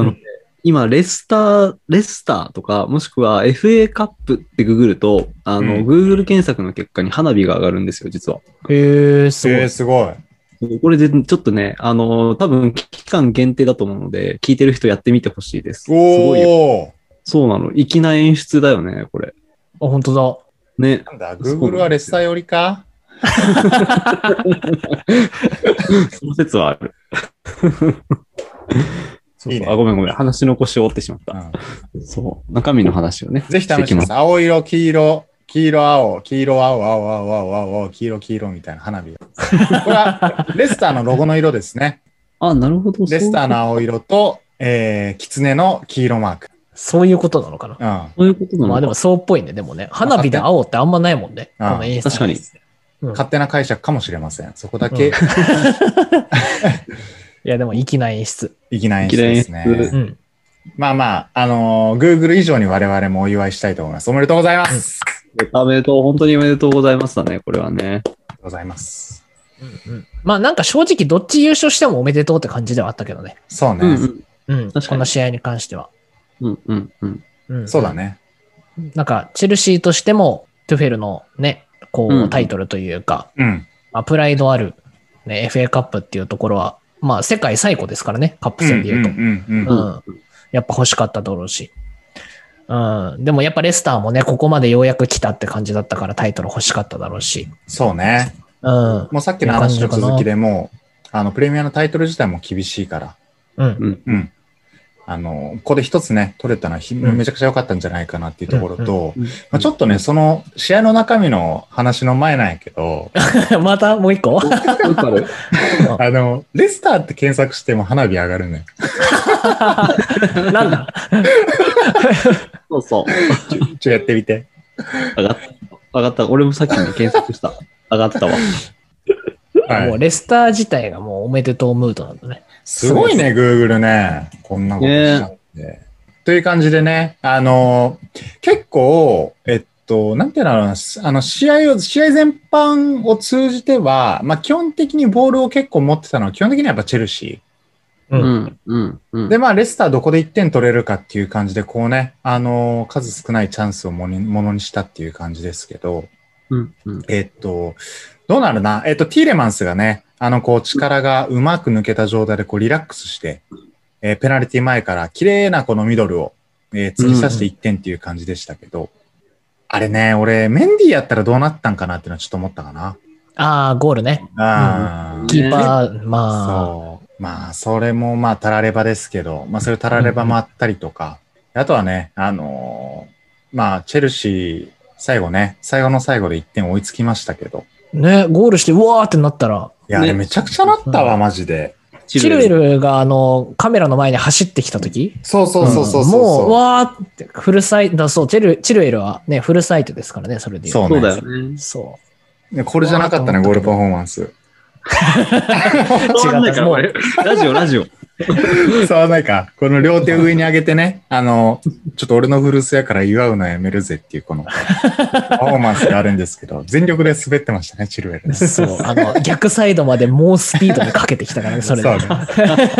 [SPEAKER 4] 今、レスター、レスターとか、もしくは FA カップってググると、あ
[SPEAKER 3] う
[SPEAKER 4] の、
[SPEAKER 3] ん
[SPEAKER 4] Google 検索の結果に花火が上がるんですよ、実は。
[SPEAKER 1] へえ、すご
[SPEAKER 3] え
[SPEAKER 1] い
[SPEAKER 3] ー、。すごい。
[SPEAKER 4] これで、ちょっとね、あの、多分、期間限定だと思うので、聞いてる人やってみてほしいです。すごいよ。
[SPEAKER 3] おお
[SPEAKER 4] そうなの。粋な演出だよね、これ。
[SPEAKER 1] あ、本当
[SPEAKER 3] (laughs)
[SPEAKER 4] ね。
[SPEAKER 3] なんだ、
[SPEAKER 4] そうなんです
[SPEAKER 3] Google
[SPEAKER 4] よ
[SPEAKER 3] はレッサー寄りか
[SPEAKER 4] その説はある。そうそう
[SPEAKER 3] いいね
[SPEAKER 4] あごめんごめん。話の腰を折ってしまった。
[SPEAKER 3] う
[SPEAKER 4] そう。中身の話をね。
[SPEAKER 3] んぜひ試してください。青色、黄色、黄色、青、黄色、青、青、青、青、青、青黄色、黄色みたいな花
[SPEAKER 1] (laughs)
[SPEAKER 3] 火が。これは、レスターのロゴの色ですね。
[SPEAKER 4] あ、なるほど。
[SPEAKER 3] レスターの
[SPEAKER 4] な。
[SPEAKER 3] 青色と、えー、キツネの黄色マーク。
[SPEAKER 1] そういうことなのかな。
[SPEAKER 3] うん。
[SPEAKER 4] そういうことなの
[SPEAKER 1] まあでもそうっぽいね。でもね。花火で青ってあんまないもんね。こ
[SPEAKER 3] あ
[SPEAKER 1] の演出。
[SPEAKER 4] 確かに。
[SPEAKER 1] うん
[SPEAKER 3] 勝手な解釈かもしれません。そこだけ、
[SPEAKER 1] いや、でも粋な演出。
[SPEAKER 3] いきな演出です
[SPEAKER 4] 粋な演
[SPEAKER 3] ね
[SPEAKER 1] う。ん。
[SPEAKER 3] まあまあ、あのー、Google 以上に我々もお祝いしたいと思います。おめでとうございます。あ
[SPEAKER 4] おめでとう。本当におめでとうございますだね、これは
[SPEAKER 3] りが
[SPEAKER 4] ね。
[SPEAKER 3] とうございます。
[SPEAKER 1] うんうんまあなんか正直どっち優勝してもおめでとうって感じではあったけどね。
[SPEAKER 3] そう
[SPEAKER 4] うんう
[SPEAKER 3] ね。
[SPEAKER 4] ん
[SPEAKER 1] うん。
[SPEAKER 4] 確かに
[SPEAKER 1] この試合に関しては。
[SPEAKER 4] うんうんうん。
[SPEAKER 1] うん、
[SPEAKER 3] そうだ。ね。
[SPEAKER 1] なんかチェルシーとしても、トゥフェルのね、こ
[SPEAKER 4] う
[SPEAKER 1] うんタイトルというか、
[SPEAKER 3] うん。
[SPEAKER 1] まあ、プライドある、ね、FA カップっていうところは、まあ世界最古ですからね、カップ戦で言うと。
[SPEAKER 3] んうん
[SPEAKER 1] うんやっぱ欲しかっただろうし。うん、でもやっぱレスターもね、ここまでようやく来たって感じだったからタイトル欲しかっただろうし。
[SPEAKER 3] そうね。
[SPEAKER 1] うん。
[SPEAKER 3] もうさっきの話の続きでもう、あの、プレミアのタイトル自体も厳しいから、
[SPEAKER 1] うん。
[SPEAKER 4] うん。
[SPEAKER 3] うん。あの、ここで一つね、取れたのはひ、
[SPEAKER 1] ん
[SPEAKER 3] めちゃくちゃ良かったんじゃないかなっていうところと、
[SPEAKER 4] うん
[SPEAKER 3] まあ、ちょっとね、その、試合の中身の話の前なんやけど、
[SPEAKER 1] (laughs) またもう一個
[SPEAKER 4] わかる。
[SPEAKER 3] あの、レスターって検索しても花火上がるね。
[SPEAKER 1] なんだ
[SPEAKER 4] そうそう。
[SPEAKER 3] ちょ、ちょやってみて。
[SPEAKER 4] 上がった。上がった。俺もさっきね、検索した。上がったわ。
[SPEAKER 3] は
[SPEAKER 1] もう
[SPEAKER 3] い。
[SPEAKER 1] レスター自体がもうおめでとうムードなんだね。
[SPEAKER 3] すごいね、Google ね。こんなことしちゃって。という感じでね、あの、結構、えっと、なんていうのかなあの、試合を、試合全般を通じては、まあ、基本的にボールを結構持ってたのは、基本的にはやっぱチェルシ
[SPEAKER 1] う。
[SPEAKER 4] うんんうんうん。
[SPEAKER 3] ー。で、まあ、レスターどこで1点取れるかっていう感じで、こうね、あの、数少ないチャンスをもにものにしたっていう感じですけど、
[SPEAKER 4] うんうん。
[SPEAKER 3] えっと、どうなるなえっと、ティーレマンスがね、あの、こう、力がうまく抜けた状態で、こう、リラックスして、えーペナルティ前から、綺麗なこのミドルを、えー突き刺して1点っていう感じでしたけど、あれね、俺、メンディーやったらどうなったんかなっていうのはちょっと思ったかな。
[SPEAKER 1] ああ、ゴールね。
[SPEAKER 3] あ
[SPEAKER 4] うん
[SPEAKER 3] ー
[SPEAKER 1] キーパー、まあ、
[SPEAKER 3] そう。まあ、それも、まあ、たらればですけど、まあ、それたらればもあったりとか、あとはね、あのーまあ、チェルシー、最後ね、最後の最後で1点追いつきましたけど、
[SPEAKER 1] ね、ゴールして、うわーってなったら、
[SPEAKER 3] いや、あれ
[SPEAKER 4] ね
[SPEAKER 3] めちゃくちゃなったわ、マジで。
[SPEAKER 1] チルエ
[SPEAKER 4] ル。
[SPEAKER 1] ルがあの、カメラの前に走ってきた時
[SPEAKER 3] そうそうそうそうそう。
[SPEAKER 1] もう、わーって、フルサイト、だそう、チル、チルエルはね、フルサイトですからね、それで言
[SPEAKER 3] そう
[SPEAKER 4] そう
[SPEAKER 3] ね
[SPEAKER 4] だよね。
[SPEAKER 1] そ
[SPEAKER 3] ねこれじゃなかったね、
[SPEAKER 1] わー
[SPEAKER 3] ゴールパフォーマンス。 (laughs)
[SPEAKER 1] う。違
[SPEAKER 4] わかんない
[SPEAKER 1] っ
[SPEAKER 4] か
[SPEAKER 1] た。
[SPEAKER 4] ら
[SPEAKER 1] も
[SPEAKER 4] 俺
[SPEAKER 1] う、
[SPEAKER 4] ラジオ、ラジオ。
[SPEAKER 3] そうないか。この両手を上に上げてね、あの、ちょっと俺の古巣やから祝うのやめるぜっていうこのパフォーマンスがあるんですけど、全力で滑ってましたね、チルウェル。
[SPEAKER 1] そう、あの、逆サイドまで猛スピードでかけてきたからね、それで。
[SPEAKER 3] (laughs) そうね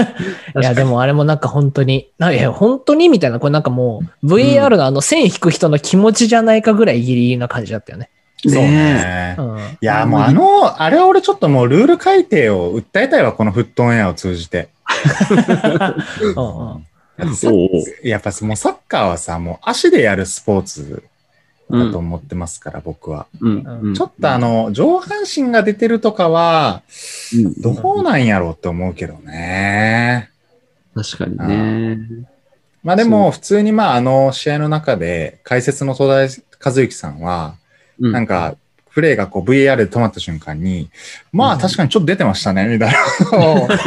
[SPEAKER 1] いや、でもあれもなんか本当に、ないや、本当にみたいな、これなんかもう、VAR のあの線引く人の気持ちじゃないかぐらいギリギリな感じだったよね。
[SPEAKER 3] そう
[SPEAKER 4] ね
[SPEAKER 3] ね
[SPEAKER 1] う。ん。
[SPEAKER 3] いや、もうあの、あれは俺ちょっともうルール改定を訴えたいわ、このフットオンエアを通じて。
[SPEAKER 1] (laughs) うんうん
[SPEAKER 4] え。おうおう
[SPEAKER 3] やっぱもうサッカーはさ、もう足でやるスポーツ
[SPEAKER 4] う
[SPEAKER 3] だと
[SPEAKER 4] ん
[SPEAKER 3] 思ってますから、僕は。
[SPEAKER 4] うんうん
[SPEAKER 3] ちょっとあの、上半身が出てるとかは、
[SPEAKER 4] うん
[SPEAKER 3] どうなんやろうって思うけどね。
[SPEAKER 4] 確かにね。
[SPEAKER 3] まあでも、普通にまああの試合の中で、解説の戸田和幸さんは、
[SPEAKER 4] な
[SPEAKER 3] なんか、プレーがこう VAR で止まった瞬間に、まあ確かにちょっと出てましたね、みたいなのを
[SPEAKER 4] 急に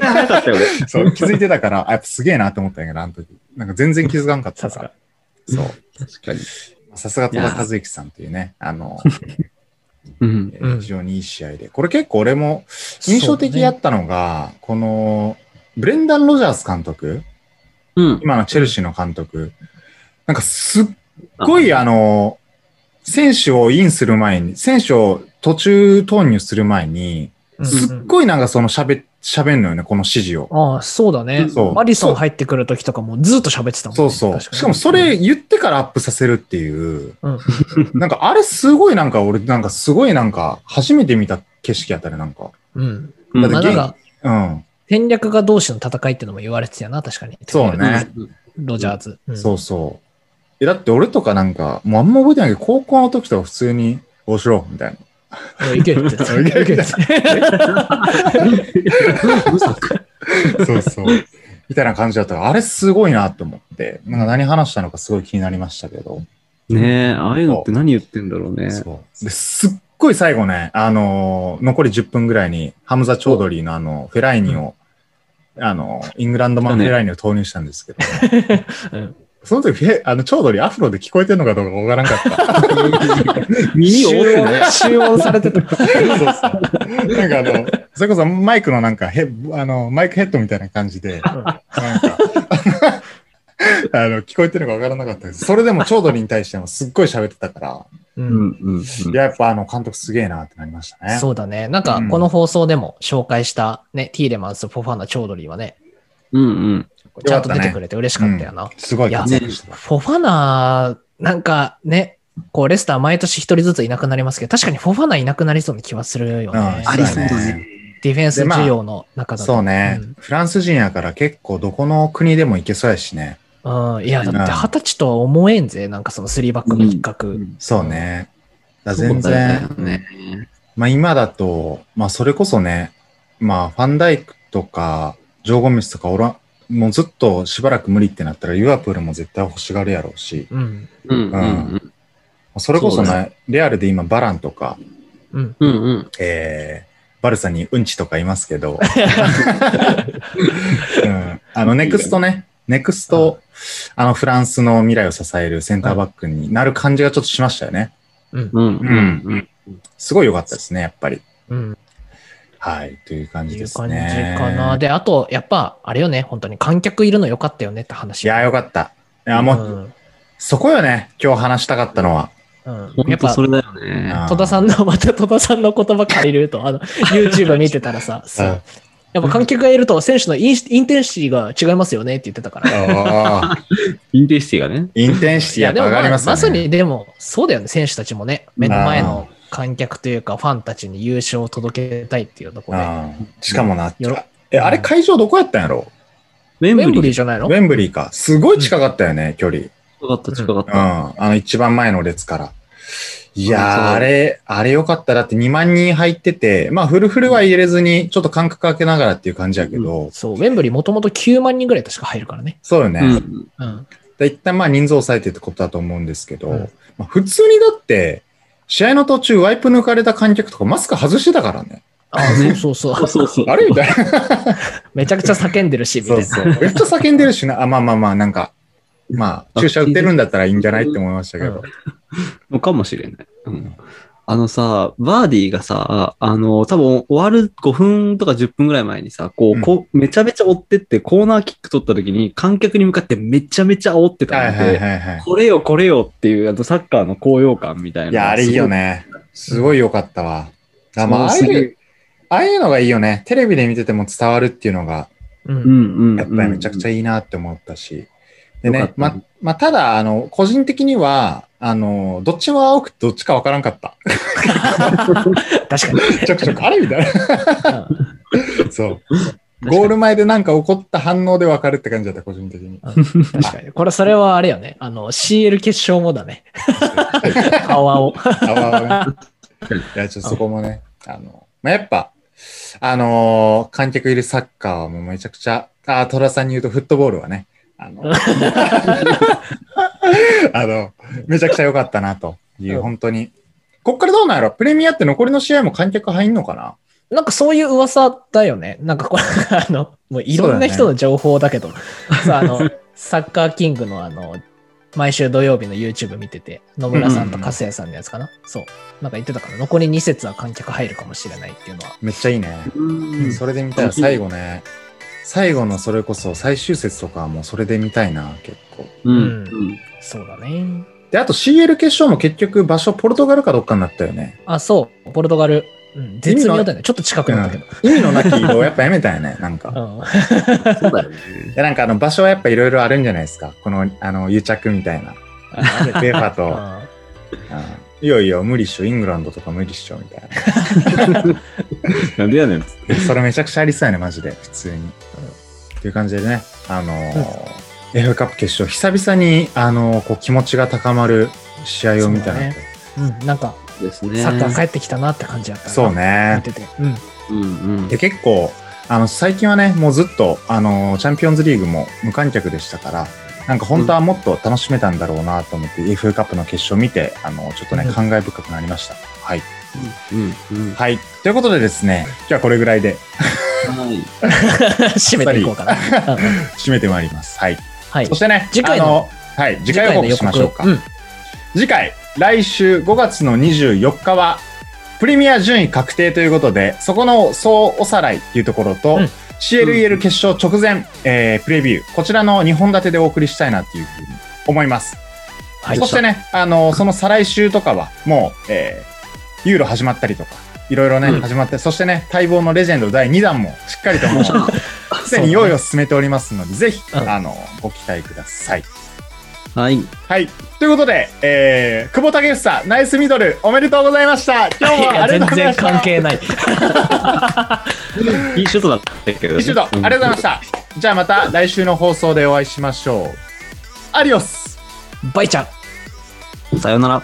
[SPEAKER 4] 早かったよね。
[SPEAKER 3] (laughs) そう気づいてたから、あやっぱすげえなって思ったんやけど、あの時。なんか全然気づかんかったから。そう。
[SPEAKER 4] 確かに。
[SPEAKER 3] さすが戸田和幸さんというね、あの、
[SPEAKER 4] うん。
[SPEAKER 3] えー非常にいい試合で。これ結構俺も印象的だったのが、この、ブレンダン・ロジャース監督、
[SPEAKER 4] うん。
[SPEAKER 3] 今のチェルシーの監督、なんかすっごいあの、選手をインする前に、選手を途中投入する前に、
[SPEAKER 1] うん
[SPEAKER 3] すっごいなんかその喋、喋んのよね、この指示を。
[SPEAKER 1] ああ、そうだね。
[SPEAKER 3] そう
[SPEAKER 1] マリソン入ってくるときとかもずっと喋ってたもんね。
[SPEAKER 3] そうそう。
[SPEAKER 1] 確に
[SPEAKER 3] しかもそ、れ言ってからアップさせるっていう、
[SPEAKER 1] うん、
[SPEAKER 3] なんかあれすごいなんか俺なんかすごいなんか初めて見た景色やったね、なんか。
[SPEAKER 1] うん。
[SPEAKER 4] うん
[SPEAKER 3] だ
[SPEAKER 1] まあ
[SPEAKER 3] って
[SPEAKER 1] なん
[SPEAKER 3] 現
[SPEAKER 1] か、
[SPEAKER 3] うん。
[SPEAKER 1] 戦略家同士の戦いってのも言われてたよな、確かに。
[SPEAKER 3] そうね。
[SPEAKER 1] ロジャーズ。うん
[SPEAKER 3] そうそう。え、だって俺とかなんか、もうあんま覚えてないけど、高校の時とか普通に、おしろみたいな。
[SPEAKER 1] おいいける
[SPEAKER 3] (laughs)
[SPEAKER 1] って言ってた。いけるって言ってた
[SPEAKER 3] そうそう。 (laughs) みたいな感じだったから、あれすごいなと思って、なんか何話したのかすごい気になりましたけど。
[SPEAKER 4] ねえ、ああいうのって何言ってんだろうね。
[SPEAKER 3] そう。で、すっごい最後ね、あのー残り10分ぐらいに、ハムザ・チョードリーのあの、フェライニを、あの、イングランドマンフェライニを投入したんですけど、
[SPEAKER 1] うん
[SPEAKER 3] その時、フェあの、チョードリーアフロで聞こえてるのかどうかわからんかった。
[SPEAKER 4] 耳を折ってね。
[SPEAKER 1] 収音されてた。
[SPEAKER 3] そうそう。なんかあの、それこそマイクのなんかヘッ、あの、マイクヘッドみたいな感じで、なんか、あの、聞こえてるのかわからなかったです。それでも、長鳥に対してもすっごい喋ってたから、
[SPEAKER 1] う
[SPEAKER 4] うんんうん
[SPEAKER 3] いや、やっぱあの、監督すげえなってなりましたね。
[SPEAKER 1] そうだね。なんか、この放送でも紹介した、ね、ティーレマンス、フォファナ、チョードリーはね、
[SPEAKER 4] うん。うん
[SPEAKER 1] ちゃんと出てくれて嬉しかったよな。
[SPEAKER 3] すごい活躍してた。
[SPEAKER 1] フォファナ、なんかね、こう、レスター毎年一人ずついなくなりますけど、確かにフォファナいなくなりそうな気はするよね。
[SPEAKER 3] うん
[SPEAKER 4] ありそうだね。
[SPEAKER 1] ディフェンス需要の中だと。
[SPEAKER 3] そうね、
[SPEAKER 1] うん
[SPEAKER 3] フランス人やから結構どこの国でも行けそうやしね。
[SPEAKER 1] うん、いや、だって二十歳とは思えんぜ、なんかその3バックの一角。
[SPEAKER 4] うんうん。
[SPEAKER 3] そうね。だから
[SPEAKER 4] そ
[SPEAKER 3] 全
[SPEAKER 4] うだ
[SPEAKER 3] 然
[SPEAKER 4] よ、ね。
[SPEAKER 3] まあ今だと、まあそれこそね、まあファンダイクとか、ジョー・ゴミスとかおら、もうずっとしばらく無理ってなったら、ユアプールも絶対欲しがるやろうし、
[SPEAKER 1] うん、
[SPEAKER 4] うんうん
[SPEAKER 3] それこそね、
[SPEAKER 4] そう
[SPEAKER 3] レアルで今バランとか、
[SPEAKER 1] うん。
[SPEAKER 4] うん。うん
[SPEAKER 3] えー、バルサにうんちとかいます
[SPEAKER 1] (laughs)
[SPEAKER 3] けど、うん、あのネクストね、ネクスト、あのフランスの未来を支えるセンターバックになる感じがちょっとしましたよね。
[SPEAKER 4] うん。うんうん。
[SPEAKER 3] すごい良かったですね、やっぱり。
[SPEAKER 1] うん
[SPEAKER 3] はい、という感じ
[SPEAKER 1] い
[SPEAKER 3] で
[SPEAKER 1] う
[SPEAKER 3] す
[SPEAKER 1] 感じ
[SPEAKER 3] ね。
[SPEAKER 1] かな。で、あと、やっぱ、あれよね、本当に観客いるのよかったよねって話。
[SPEAKER 3] いや、よかった。いや、もう、
[SPEAKER 1] うん
[SPEAKER 3] そこよね、今日話したかったのは。
[SPEAKER 1] うん、や
[SPEAKER 4] 本
[SPEAKER 1] っ
[SPEAKER 4] 当
[SPEAKER 1] ぱ、
[SPEAKER 4] そ
[SPEAKER 1] 戸
[SPEAKER 4] れだよね。
[SPEAKER 1] 田さんの、また戸田さんの言葉借りる
[SPEAKER 3] (laughs)
[SPEAKER 1] と、あの、YouTube 見てたらさ、そう。やっぱ観客がいると、選手のインインテンシティが違いますよねって言ってたから。 (laughs)
[SPEAKER 3] あー
[SPEAKER 4] インテンシティがね。
[SPEAKER 3] インテンシティやっぱ上がり
[SPEAKER 1] ま
[SPEAKER 3] ま
[SPEAKER 1] あ
[SPEAKER 3] すよね。
[SPEAKER 1] まさにでも、そうだよね、選手たちもね、目の前の観客というか、ファンたちに優勝を届けたいっていうところで。
[SPEAKER 3] あー。しかもな
[SPEAKER 1] よろ、
[SPEAKER 3] え、あれ会場どこやったんやろ
[SPEAKER 4] メ
[SPEAKER 1] ウェ
[SPEAKER 4] ン
[SPEAKER 1] ンブリ
[SPEAKER 4] ブリ
[SPEAKER 1] ー
[SPEAKER 4] ー
[SPEAKER 1] じゃない
[SPEAKER 3] ウ
[SPEAKER 1] の
[SPEAKER 3] ェンブリーか。すごい近かったよね、距離。うん。
[SPEAKER 4] 近かった近かった。
[SPEAKER 3] あの、一番前の列から。いやー、
[SPEAKER 4] そう
[SPEAKER 3] あれ、あれよかった。だって2万人入ってて、まあ、フルフルは入れずに、ちょっと間隔空けながらっていう感じやけど、
[SPEAKER 1] そう、ウェンブリーもともと9万人ぐらい確か入るからね。
[SPEAKER 3] そうよね。
[SPEAKER 4] うん。
[SPEAKER 1] うん。
[SPEAKER 3] で一旦まあ人数を抑えてってことだと思うんですけど、
[SPEAKER 1] うん
[SPEAKER 3] まあ、普通にだって、試合の途中ワイプ抜かれた観客とかマスク外してたからね。
[SPEAKER 1] ああ、そうそうそう。
[SPEAKER 4] そうそう。
[SPEAKER 3] あれみたいな。
[SPEAKER 1] めちゃくちゃ叫んでるし、みたい
[SPEAKER 3] そう
[SPEAKER 1] な。
[SPEAKER 3] そう。めっちゃ叫んでるしな。あ、まあまあまあ、なんか、まあ、注射打ってるんだったらいいんじゃないって思いましたけど。
[SPEAKER 1] うん
[SPEAKER 4] のかもしれない。うんあのさ、バーディーがさ、あの、多分終わる5分とか10分ぐらい前にさ、こ
[SPEAKER 3] う
[SPEAKER 4] う、
[SPEAKER 3] ん
[SPEAKER 4] こうめちゃめちゃ追ってってコーナーキック取った時に観客に向かってめちゃめちゃ煽って
[SPEAKER 3] は
[SPEAKER 4] た
[SPEAKER 3] い
[SPEAKER 4] の
[SPEAKER 3] はい
[SPEAKER 4] で、
[SPEAKER 3] はいは
[SPEAKER 4] これよこれよっていう、あとサッカーの高揚感みたいな。
[SPEAKER 3] い。いや、あれいいよ。ね。すごい良かったわ。あまあ、ああ
[SPEAKER 4] す
[SPEAKER 3] い、
[SPEAKER 4] ごいう
[SPEAKER 3] ああいうのがいいよね。テレビで見てても伝わるっていうのが、
[SPEAKER 1] う。
[SPEAKER 4] うんんうん。
[SPEAKER 3] やっぱりめちゃくちゃ
[SPEAKER 4] ゃ。
[SPEAKER 3] いいなって思ったし。で
[SPEAKER 4] よ
[SPEAKER 3] ね
[SPEAKER 4] かっ、た
[SPEAKER 3] ま、まあ、ただ、あの、個人的には、あの、どっちも青くてどっちかわからんかった。
[SPEAKER 1] 確
[SPEAKER 3] (laughs)
[SPEAKER 1] かに。
[SPEAKER 3] ちょくちょく、あれみたい (laughs) な。そう。ゴール前でなんか起こった反応でわかるって感じだった、個人的に。
[SPEAKER 1] 確か (laughs) に。これ、それはあれよね。あの、CL 決勝もだ (laughs) ね。青青。
[SPEAKER 3] あわ
[SPEAKER 4] (laughs)
[SPEAKER 3] あわねいや、ちょっとそこもね、あの、まあ、やっぱ、あのー観客いるサッカーはもうめちゃくちゃ、あー、寅さんに言うとフットボールはね、あ
[SPEAKER 4] (laughs)
[SPEAKER 3] の、あの、めちゃくちゃ良かったなという、
[SPEAKER 1] うん
[SPEAKER 3] 本当に。こっからどうなんやろプレミアって残りの試合も観客入んのかな
[SPEAKER 1] なんかそういう噂だよね。なんかこれ、 (laughs) あの、もういろんな人の情報だけど、さあの、サッカーキングのあの、毎週土曜日の YouTube 見てて、野村さんと加瀬さんのやつかな、そう。なんか言ってたから、残り2節は観客入るかもしれないっていうのは。
[SPEAKER 3] めっちゃいいね。
[SPEAKER 4] うん
[SPEAKER 3] それで見たら最後ね、最後のそれこそ最終節とかはもうそれで見たいな、結構。
[SPEAKER 4] うん
[SPEAKER 1] うん
[SPEAKER 4] うん
[SPEAKER 1] そうだね。
[SPEAKER 3] で、あと CL 決勝も結局場所ポルトガルかどっかになったよね。
[SPEAKER 1] あ、そう。ポルトガル。うん、絶妙だよね。ちょっと近くなったけど。
[SPEAKER 3] 意味のなき移 (laughs) 動やっぱやめたよね、なんか。
[SPEAKER 1] うん。
[SPEAKER 4] そうだよね。
[SPEAKER 3] でなんかあの場所はやっぱいろいろあるんじゃないですか。この、あの、癒着みたいな。ベファと、 (laughs) うん
[SPEAKER 1] あ
[SPEAKER 3] いよいよ無理っしょ、イングランドとか無理っしょ、みたい
[SPEAKER 4] なんでやね
[SPEAKER 3] (laughs)
[SPEAKER 4] ん。
[SPEAKER 3] な。それめちゃくちゃありそうやね、マジで、普通に。っていう感じでね、あのー、FA カップ決勝、久々に、あのーこう気持ちが高まる試合を見たなと。
[SPEAKER 1] うん、なんか、
[SPEAKER 4] ですね。
[SPEAKER 1] サッカー帰ってきたなって感じだったな。
[SPEAKER 3] そう
[SPEAKER 1] 見
[SPEAKER 3] ね。
[SPEAKER 1] てて。うん。
[SPEAKER 4] うんうん
[SPEAKER 3] で、。結構、あの、最近はね、もうずっと、あの、チャンピオンズリーグも無観客でしたから、なんか本当はもっと楽しめたんだろうなと思って、FA カップの決勝見て、あの、ちょっとね
[SPEAKER 1] う、ん
[SPEAKER 3] 感慨深くなりました。はい。
[SPEAKER 4] うんうん。は
[SPEAKER 3] はい。ということでですね、今日はこれぐらいで
[SPEAKER 4] い。
[SPEAKER 1] (laughs) 締めていこうかな。うん
[SPEAKER 3] 締めてまいります。はい。
[SPEAKER 1] はい
[SPEAKER 3] そ。してね、
[SPEAKER 1] 次回の
[SPEAKER 3] あの、はい、次回予告しましょうか。
[SPEAKER 1] 次回の予告
[SPEAKER 3] 次回、来週5月の24日は、プレミア順位確定ということで、そこの総おさらいっていうところと、
[SPEAKER 1] うん
[SPEAKER 3] CLEL 決勝直前、えープレビュー、こちらの2本立てでお送りしたいなというふうに思います。
[SPEAKER 1] はい。
[SPEAKER 3] そしてね、あの、その再来週とかは、もう、えーユーロ始まったりとか、いろいろね、
[SPEAKER 4] うん
[SPEAKER 3] 始まって、そしてね、待望のレジェンド第2弾もしっかり
[SPEAKER 1] (laughs)
[SPEAKER 3] ともう、すでに用意を進めておりますので、ぜひ、
[SPEAKER 1] うん
[SPEAKER 3] あの、ご期待ください。
[SPEAKER 4] はい。
[SPEAKER 3] はい。ということで、えー、久保建英、ナイスミドル、おめでとうございました。今日
[SPEAKER 1] い
[SPEAKER 3] はあ
[SPEAKER 1] や
[SPEAKER 3] り
[SPEAKER 1] 全
[SPEAKER 3] がとうございま
[SPEAKER 1] 然
[SPEAKER 3] した。
[SPEAKER 1] 関係ない。
[SPEAKER 4] いいシュートだったけど、ね。
[SPEAKER 3] 一度、ありがとうございました。じゃあまた来週の放送でお会いしましょう。アディオス
[SPEAKER 1] バイちゃん。
[SPEAKER 4] た。さようなら。